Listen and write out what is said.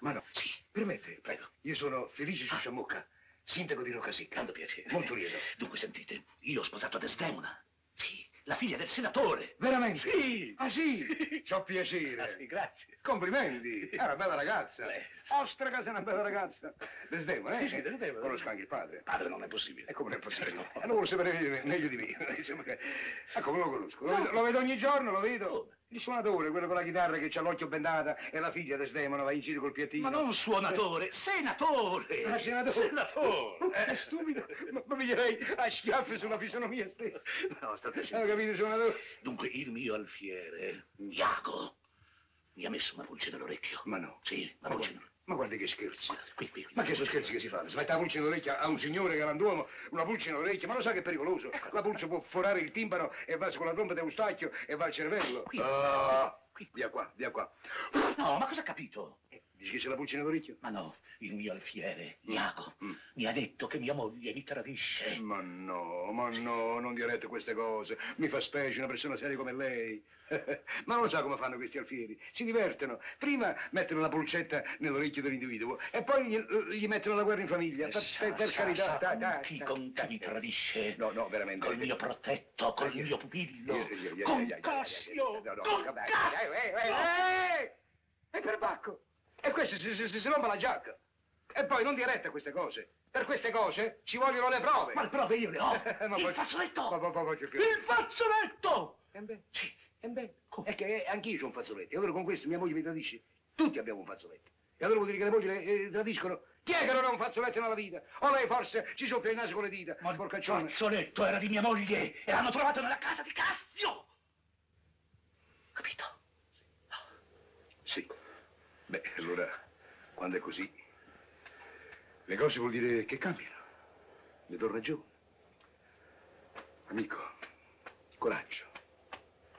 Ma no, Sì, permette, prego. io sono Felice Ah. Sciusciamocca, sindaco di Rocasicca. Tanto piacere. Molto lieto. Dunque, sentite, io ho sposato Desdemona. Sì, la figlia del senatore. Veramente? Sì. Ah sì, c'ho piacere. Ah, sì, grazie. Complimenti, è una bella ragazza. Beh. Ostraca sei una bella ragazza. Desdemona, Sì, eh? sì, Desdemona. Conosco anche il padre. Padre, non è possibile. E come non è possibile? No. Eh, Lo vuol sapere meglio di me. Insomma, Ecco, come lo conosco. Lo, No. vedo, lo vedo ogni giorno, lo vedo. Come? Il suonatore, quello con la chitarra che ha l'occhio bendata e la figlia Desdemona va in giro col piattino. Ma non suonatore, senatore. Ah, senatore. Senatore. È stupido, ma ma piglierei a schiaffi sulla fisonomia stessa. No, state Hai sentendo. capito, suonatore? Dunque, il mio alfiere, Mm. Iago, mi ha messo una pulce nell'orecchio. Ma no. Sì, una Ma pulce guarda, nell'orecchio. ma guarda che scherzi. Guarda, qui, qui, qui. Ma che sono scherzi che si fanno? Si mette la pulce nell'orecchia a un signore galantuomo, una pulce nell'orecchia, ma lo sa che è pericoloso. Ecco. La pulce può forare il timpano e va con la tromba di Eustachio e va al cervello. Qui. Ah, Qui. via qua, via qua. No, ma cosa ha capito? Dici che c'è la pulce nell'orecchio? Ma no, il mio alfiere, Mm. Iago, Mm. mi ha detto che mia moglie mi tradisce. Ma no, ma no, non direte queste cose. Mi fa specie una persona seria come lei. ma non lo sa come fanno questi alfieri. Si divertono. Prima mettono la pulcetta nell'orecchio dell'individuo e poi gli, eh, gli mettono la guerra in Eh, famiglia. Per, per- per carità, dai, dai, Chi dai. con te mi tradisce? No, no, veramente. Col mio protetto, col mio pupillo, Io- io- io- io- io- con io- io- Cassio, io- io- io- con dai, dai, Cassio! dai, dai, dai. E per bacco. E questo si, si, si- si rompe la giacca. E poi non dirette a queste cose. Per queste cose ci vogliono le prove. Ma le prove io le ho! Ma Il poi- fazzoletto! Ma- ma- ma- ma- che- che- Il fazzoletto! E beh, Sì, e beh. Come? È che eh, anch'io ho un fazzoletto. E allora con questo mia moglie mi tradisce. Tutti abbiamo un fazzoletto. E allora vuol dire che le mogli eh, tradiscono. Chi è che non ha un fazzoletto nella vita? O lei forse ci soffia il naso con le dita. ma il porcaccione. fazzoletto era di mia moglie e l'hanno trovato nella casa di Cassio! Capito? Sì. Beh, allora, quando è così, le cose vuol dire che cambiano. Le do ragione. Amico, coraggio.